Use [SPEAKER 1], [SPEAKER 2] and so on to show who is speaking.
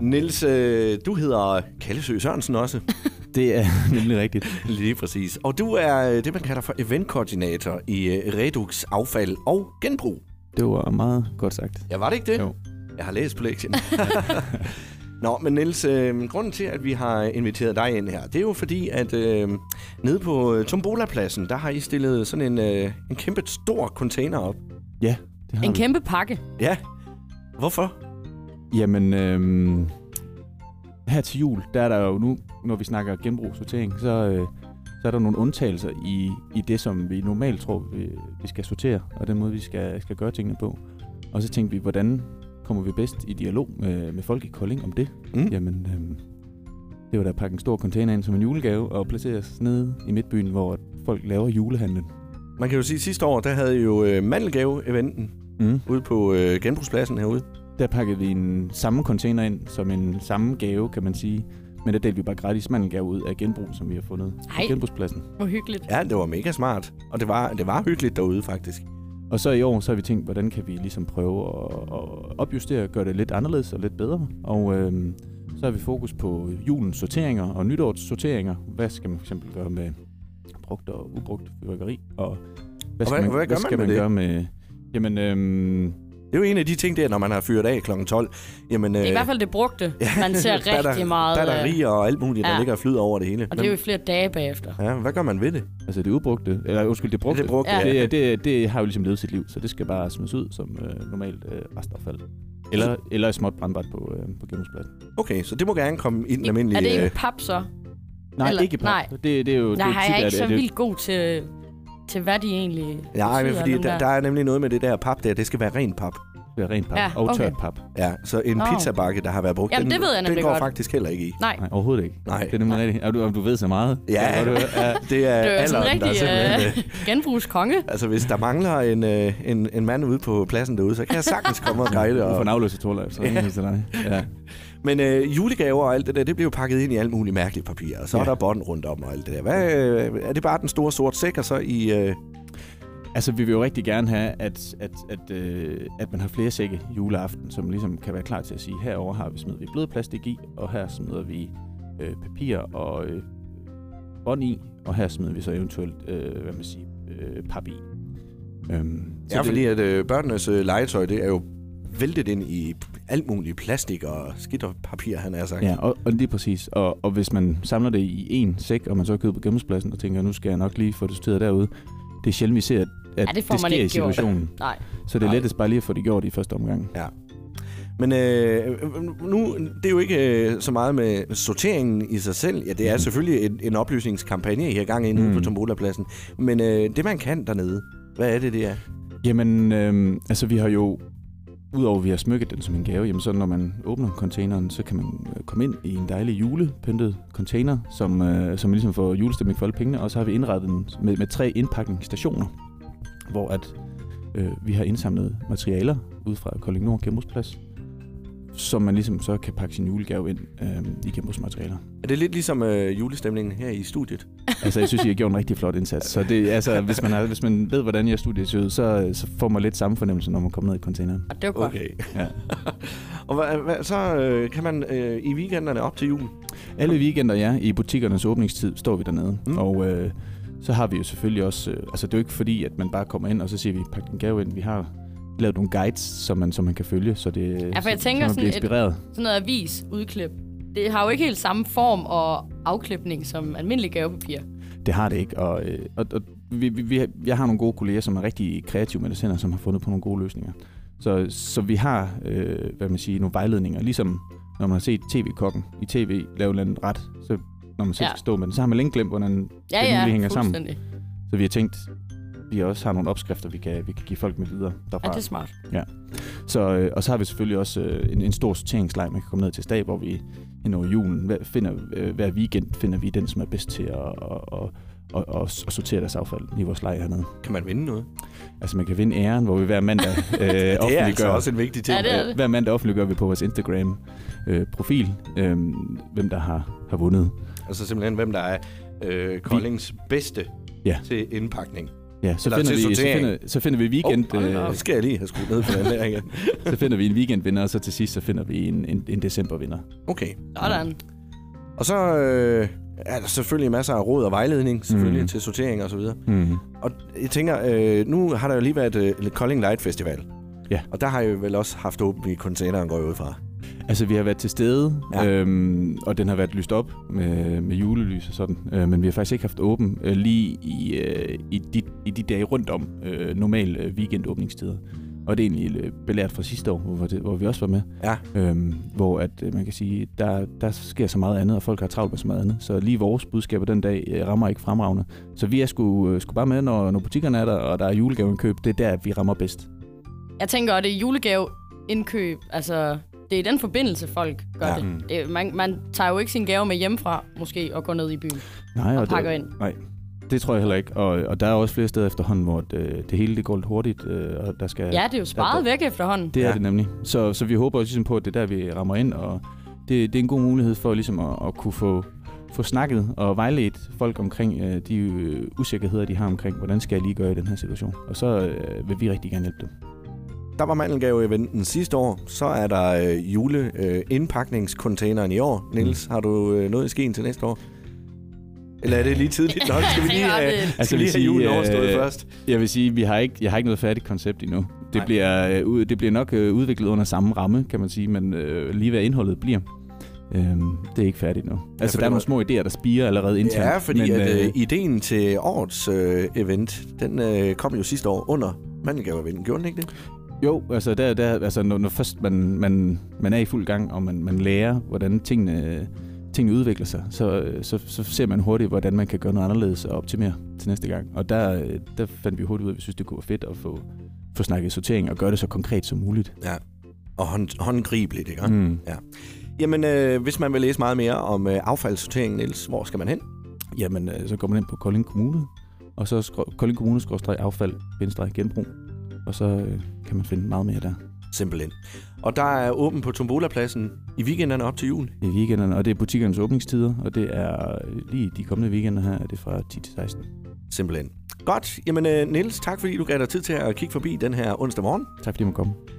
[SPEAKER 1] Niels, øh, du hedder Kallesø Sørensen også.
[SPEAKER 2] Det er nemlig rigtigt.
[SPEAKER 1] Lige præcis. Og du er øh, det, man kalder for eventkoordinator i øh, Redux Affald og Genbrug.
[SPEAKER 2] Det var meget godt sagt.
[SPEAKER 1] Ja, var det ikke det?
[SPEAKER 2] Jo.
[SPEAKER 1] Jeg har læst på lektien. Nå, men Niels, øh, grunden til, at vi har inviteret dig ind her, det er jo fordi, at øh, nede på øh, Tombola-pladsen, der har I stillet sådan en, øh, en kæmpe stor container op.
[SPEAKER 2] Ja, det har
[SPEAKER 3] En
[SPEAKER 2] vi.
[SPEAKER 3] kæmpe pakke.
[SPEAKER 1] Ja. Hvorfor?
[SPEAKER 2] Jamen, øhm, her til jul, der er der jo nu, når vi snakker genbrug sortering, så, øh, så er der nogle undtagelser i, i det, som vi normalt tror, vi, vi skal sortere, og den måde, vi skal, skal gøre tingene på. Og så tænkte vi, hvordan kommer vi bedst i dialog med, med folk i Kolding om det?
[SPEAKER 1] Mm?
[SPEAKER 2] Jamen, øhm, det var da at pakke en stor container ind som en julegave og placere os nede i midtbyen, hvor folk laver julehandlen.
[SPEAKER 1] Man kan jo sige, at sidste år, der havde I jo øh, mandelgave-eventen
[SPEAKER 2] Mm.
[SPEAKER 1] ude på øh, genbrugspladsen herude.
[SPEAKER 2] Der pakkede vi en samme container ind, som en samme gave, kan man sige. Men der delte vi bare gratis mandelgave ud af genbrug, som vi har fundet
[SPEAKER 3] Ej.
[SPEAKER 2] på genbrugspladsen.
[SPEAKER 3] Hvor hyggeligt.
[SPEAKER 1] Ja, det var mega smart. Og det var, det var hyggeligt derude, faktisk.
[SPEAKER 2] Og så i år, så har vi tænkt, hvordan kan vi ligesom prøve at, at opjustere og gøre det lidt anderledes og lidt bedre. Og øhm, så har vi fokus på julens sorteringer og nytårets sorteringer. Hvad skal man for eksempel gøre med brugt og ubrugt fyrværkeri? Og hvad skal
[SPEAKER 1] hvad-
[SPEAKER 2] man,
[SPEAKER 1] hvad gør
[SPEAKER 2] hvad skal
[SPEAKER 1] man med
[SPEAKER 2] man
[SPEAKER 1] det?
[SPEAKER 2] gøre med... Jamen, øhm,
[SPEAKER 1] Det er jo en af de ting der, når man har fyret af kl. 12. Jamen,
[SPEAKER 3] Det er i
[SPEAKER 1] øh,
[SPEAKER 3] hvert fald det brugte. Man ser
[SPEAKER 1] der er der-
[SPEAKER 3] rigtig meget.
[SPEAKER 1] Der er
[SPEAKER 3] øh,
[SPEAKER 1] der riger og alt muligt, der
[SPEAKER 3] ja.
[SPEAKER 1] ligger og flyder over det hele.
[SPEAKER 3] Og det er jo i flere dage bagefter.
[SPEAKER 1] Ja, hvad gør man ved det?
[SPEAKER 2] altså det ubrugte, eller undskyld, det brugte,
[SPEAKER 1] Det brugte,
[SPEAKER 3] Ja.
[SPEAKER 1] ja.
[SPEAKER 2] Det, det, det har jo ligesom levet sit liv, så det skal bare smides ud som øh, normalt øh, restaffald. Eller, eller et småt brandbart på, øh, på genbrugspladsen.
[SPEAKER 1] Okay, så det må gerne komme i den almindelige...
[SPEAKER 3] er det
[SPEAKER 1] øh,
[SPEAKER 3] ikke pap så?
[SPEAKER 2] Nej,
[SPEAKER 3] Eller-
[SPEAKER 2] eller, ikke
[SPEAKER 3] nej.
[SPEAKER 2] pap. Det, det er jo
[SPEAKER 3] Der
[SPEAKER 2] det
[SPEAKER 3] har
[SPEAKER 2] tit,
[SPEAKER 3] jeg
[SPEAKER 2] at-
[SPEAKER 3] ikke så
[SPEAKER 2] at det,
[SPEAKER 3] vildt god til, til hvad de egentlig
[SPEAKER 1] Nej, men
[SPEAKER 3] betyder,
[SPEAKER 1] fordi
[SPEAKER 3] dem
[SPEAKER 1] der, der er nemlig noget med det der pap der. Det skal være rent pap.
[SPEAKER 2] det er rent pap
[SPEAKER 3] Ja,
[SPEAKER 2] ja, og
[SPEAKER 3] okay.
[SPEAKER 2] tørt pap.
[SPEAKER 1] Ja, så en
[SPEAKER 3] Nå.
[SPEAKER 1] oh. pizzabakke, der har været brugt,
[SPEAKER 3] Jamen, det ved jeg
[SPEAKER 1] den
[SPEAKER 3] nemlig
[SPEAKER 1] går
[SPEAKER 3] godt.
[SPEAKER 1] faktisk heller ikke i.
[SPEAKER 3] Nej,
[SPEAKER 2] Nej, overhovedet ikke.
[SPEAKER 1] Nej.
[SPEAKER 2] Det er nemlig rigtigt. Og du, og du ved så meget.
[SPEAKER 1] Ja.
[SPEAKER 2] Det er godt, du- ja.
[SPEAKER 1] Det er,
[SPEAKER 3] det er jo sådan en
[SPEAKER 1] alderen,
[SPEAKER 3] rigtig
[SPEAKER 1] der simpelthen... Øh...
[SPEAKER 3] øh, genbrugskonge.
[SPEAKER 1] Altså, hvis der mangler en, øh, en, en mand ude på pladsen derude, så kan jeg sagtens komme og guide.
[SPEAKER 2] Du får en
[SPEAKER 1] Og...
[SPEAKER 2] afløser Torleif, så ringer jeg til dig. Ja.
[SPEAKER 1] Men øh, julegaver og alt det der, det bliver jo pakket ind i alt muligt mærkeligt papir. Og så ja. er
[SPEAKER 2] Ja.
[SPEAKER 1] der bånd rundt om og alt det der. Hvad, øh, er det bare den store sorte sæk, og så i... Øh...
[SPEAKER 2] Altså, vi vil jo rigtig gerne have, at, at, at, øh, at man har flere sække juleaften, som ligesom kan være klar til at sige, herover har vi smidt vi blød plastik i, og her smider vi øh, papir og øh, bånd i, og her smider vi så eventuelt, øh, hvad man siger, øh, pap i. Øhm,
[SPEAKER 1] Ja, fordi at øh, børnenes øh, legetøj, det er jo væltet ind i alt muligt plastik og skidt og papir, han har sagt.
[SPEAKER 2] Ja, og, og lige præcis. Og, og hvis man samler det i én sæk, og man så køber på gennemspladsen og tænker, nu skal jeg nok lige få det sorteret derude, det er sjældent, vi ser, at, at
[SPEAKER 3] Ja,
[SPEAKER 2] ja,
[SPEAKER 3] det
[SPEAKER 2] det,
[SPEAKER 3] får
[SPEAKER 2] det
[SPEAKER 3] man
[SPEAKER 2] sker i
[SPEAKER 3] ikke gjort.
[SPEAKER 2] situationen.
[SPEAKER 3] Nej.
[SPEAKER 2] Så det er
[SPEAKER 1] Nej.
[SPEAKER 2] lettest bare lige at få det gjort i første omgang.
[SPEAKER 1] Men øh, nu, det er jo ikke øh, så meget med sorteringen i sig selv. Ja, det er selvfølgelig en, en oplysningskampagne, I har gang i nu mm.
[SPEAKER 2] Mm.
[SPEAKER 1] på Tombola-pladsen. Men øh, det, man kan dernede, hvad er det, det er?
[SPEAKER 2] Jamen, øhm, altså vi har jo, udover at vi har smykket den som en gave, jamen så når man åbner containeren, så kan man øh, komme ind i en dejlig julepyntet container, som, øh, som ligesom får julestemning for alle pengene, og så har vi indrettet den med, med tre indpakningsstationer, hvor at øh, vi har indsamlet materialer ud fra Kolding Nord Genbrugsplads, som man ligesom så kan pakke sin julegave ind øh, i genbrugsmaterialer.
[SPEAKER 1] Er det lidt ligesom øh, julestemningen her i studiet?
[SPEAKER 2] Altså, jeg synes, I har gjort en rigtig flot indsats. Så det, altså, hvis, man har, hvis man ved, hvordan jeg studiet ser ud, så, så får man lidt samme fornemmelse, når man kommer ned i containeren.
[SPEAKER 3] Og det var godt.
[SPEAKER 2] Ja.
[SPEAKER 1] Og hvad, hvad, så øh, kan man øh, i weekenderne op til jul?
[SPEAKER 2] Alle weekender, ja, i butikkernes åbningstid, står vi dernede.
[SPEAKER 1] Mm.
[SPEAKER 2] Mm. Og øh, så har vi jo selvfølgelig også... Øh, altså, det er jo ikke fordi, at man bare kommer ind, og så siger vi, pak din gave ind. Vi har lavet nogle guides, som man, som man kan følge, så det
[SPEAKER 3] jeg
[SPEAKER 2] så-
[SPEAKER 3] tænker
[SPEAKER 2] så man
[SPEAKER 3] sådan
[SPEAKER 2] bliver
[SPEAKER 3] et-
[SPEAKER 2] inspireret.
[SPEAKER 3] Sådan noget avis, udklip. Det har jo ikke helt samme form og afklipning som almindelig gavepapir.
[SPEAKER 2] Det har det ikke, og, øh, og, og vi, vi, vi, jeg har nogle gode kolleger, som er rigtig kreative med deres hænder, som har fundet på nogle gode løsninger. Så, så vi har, øh, hvad man siger, nogle vejledninger, ligesom når man har set tv-kokken i tv lave en eller anden ret, så når man selv
[SPEAKER 3] Ja.
[SPEAKER 2] ja. skal stå med den, så har man længe glemt, hvordan...
[SPEAKER 3] Ja,
[SPEAKER 2] Det er
[SPEAKER 3] ja,
[SPEAKER 2] nu, det hænger sammen.
[SPEAKER 3] fuldstændig.
[SPEAKER 2] Så vi har tænkt, vi også har nogle opskrifter, vi kan, vi kan give folk med videre
[SPEAKER 3] Ja,
[SPEAKER 2] derfra.
[SPEAKER 3] det er smart.
[SPEAKER 2] Så, øh, og så har vi selvfølgelig også øh, en, en stor sorteringsleg, man kan komme ned til stab, hvor vi hen over julen hver, finder, øh, hver weekend finder vi den, som er bedst til at, at, at, at, at, at sortere deres affald i vores leg hernede.
[SPEAKER 1] Kan man vinde noget?
[SPEAKER 2] Altså man kan vinde æren, hvor vi hver mandag øh,
[SPEAKER 1] det er
[SPEAKER 2] offentliggør.
[SPEAKER 1] altså også en vigtig ting.
[SPEAKER 3] Ja, det er det.
[SPEAKER 2] Hver mandag offentliggør vi på vores Instagram-profil, øh, profil, øh, hvem der har, har vundet.
[SPEAKER 1] Altså simpelthen, hvem der er øh, Koldings bedste
[SPEAKER 2] Ja.
[SPEAKER 1] til indpakning.
[SPEAKER 2] Ja, så
[SPEAKER 1] Eller
[SPEAKER 2] finder,
[SPEAKER 1] til
[SPEAKER 2] vi, så
[SPEAKER 1] sortering.
[SPEAKER 2] finder, så finder vi weekend,
[SPEAKER 3] Åh,
[SPEAKER 2] oh,
[SPEAKER 3] hold da
[SPEAKER 2] øh,
[SPEAKER 3] op.
[SPEAKER 1] Så skal jeg lige have skruet ned for den der igen.
[SPEAKER 2] så finder vi en weekendvinder, og så til sidst så finder vi en, en, en decembervinder.
[SPEAKER 1] Okay.
[SPEAKER 3] Sådan.
[SPEAKER 1] Og så øh, er der selvfølgelig masser af råd og vejledning, selvfølgelig,
[SPEAKER 2] Mm.
[SPEAKER 1] mm. til sortering og så videre.
[SPEAKER 2] Mm.
[SPEAKER 1] Og jeg tænker, øh, nu har der jo lige været øh, Kolding Light Festival.
[SPEAKER 2] Ja.
[SPEAKER 1] Og der har jeg jo vel også haft åbent i containeren, går jeg ud fra.
[SPEAKER 2] Altså, vi har været til stede,
[SPEAKER 1] Ja.
[SPEAKER 2] ja. øhm, og den har været lyst op med, med julelys og sådan. Øh, men vi har faktisk ikke haft åben øh, lige i, øh, i, de, i de dage rundt om øh, normal øh, weekendåbningstider. Og det er egentlig øh, belært fra sidste år, hvor, det, hvor vi også var med.
[SPEAKER 1] Ja.
[SPEAKER 2] Øhm, hvor at, øh, man kan sige, der, der sker så meget andet, og folk har travlt med så meget andet. Så lige vores budskaber den dag øh, rammer ikke fremragende. Så vi er sgu, øh, sgu bare med, når, når butikkerne er der, og der er julegaveindkøb. Det er der, vi rammer bedst.
[SPEAKER 3] Jeg tænker, at det er julegaveindkøb. Altså, det er i den forbindelse, folk gør
[SPEAKER 1] Ja.
[SPEAKER 3] ja. det. det. Øh, Man, man tager jo ikke sin gave med hjemmefra, måske, og går ned i byen
[SPEAKER 2] Nej,
[SPEAKER 3] og
[SPEAKER 2] det-
[SPEAKER 3] pakker ind.
[SPEAKER 2] Det tror jeg heller ikke, og, og der er også flere steder efterhånden, hvor det, det hele det går lidt hurtigt, øh, og der skal...
[SPEAKER 3] Ja, det er jo sparet væk efterhånden.
[SPEAKER 2] Det er
[SPEAKER 1] Ja.
[SPEAKER 2] ja. det nemlig. Så, så vi håber også ligesom på, at det er der, vi rammer ind, og det, det er en god mulighed for ligesom at, at kunne få, få snakket og vejledt folk omkring øh, de øh, usikkerheder, de har omkring, hvordan skal jeg lige gøre i den her situation. Og så øh, vil vi rigtig gerne hjælpe dem.
[SPEAKER 1] Der var mandelgave-eventen sidste år. Så er der øh, juleindpakningscontaineren øh, i år. Niels,
[SPEAKER 2] Mm.
[SPEAKER 1] har du øh, noget i skeen til næste år? Eller er det lige tidligt nok? Skal vi lige
[SPEAKER 3] Jeg
[SPEAKER 1] have,
[SPEAKER 3] tænker også,
[SPEAKER 1] skal
[SPEAKER 2] Altså,
[SPEAKER 1] vi lige
[SPEAKER 2] vil
[SPEAKER 1] have julen
[SPEAKER 2] sige, øh,
[SPEAKER 1] overstået først?
[SPEAKER 2] Jeg vil sige, vi har ikke, jeg har ikke noget færdigt koncept endnu. Det,
[SPEAKER 1] Nej.
[SPEAKER 2] bliver, øh, ud- det bliver nok øh, udviklet under samme ramme, kan man sige, men øh, lige hvad indholdet bliver, øh, det er ikke færdigt nu. Altså,
[SPEAKER 1] fordi
[SPEAKER 2] der er
[SPEAKER 1] man-
[SPEAKER 2] nogle små idéer, der spiger allerede internt.
[SPEAKER 1] Ja, fordi
[SPEAKER 2] men,
[SPEAKER 1] men, at, øh, ideen til årets øh, event, den øh, kom jo sidste år under mandelgave-eventen. Gjorde den ikke det?
[SPEAKER 2] Jo, altså, der, der, altså når, når først man, man, man er i fuld gang, og man, man lærer, hvordan tingene, tingene udvikler sig, så, øh, så, så ser man hurtigt, hvordan man kan gøre noget anderledes og optimere til næste gang. Og der, øh, der fandt vi hurtigt ud af, at vi synes, det kunne være fedt at få, få snakket sortering og gøre det så konkret som muligt.
[SPEAKER 1] Og hånd, håndgribeligt, ikke? Mm.
[SPEAKER 2] Mm.
[SPEAKER 1] Jamen, øh, hvis man vil læse meget mere om øh, affaldssortering, Niels, hvor skal man hen?
[SPEAKER 2] Jamen, øh, så går man ind på Kolding Kommune, og så skro- Kolding Kommune skråstreg affald, bindestreg genbrug, og så øh, kan man finde meget mere der
[SPEAKER 1] Simpelthen. Og der er åben på Tombola-pladsen i weekenderne op til jul.
[SPEAKER 2] i weekenderne. Og det er butikkernes åbningstider, og det er øh, lige de kommende weekender her, er det fra 10 til 16.
[SPEAKER 1] Simpelthen. Godt. Jamen, øh, Niels, tak fordi du gav dig tid til at kigge forbi den her onsdag morgen.
[SPEAKER 2] Tak fordi du måtte komme.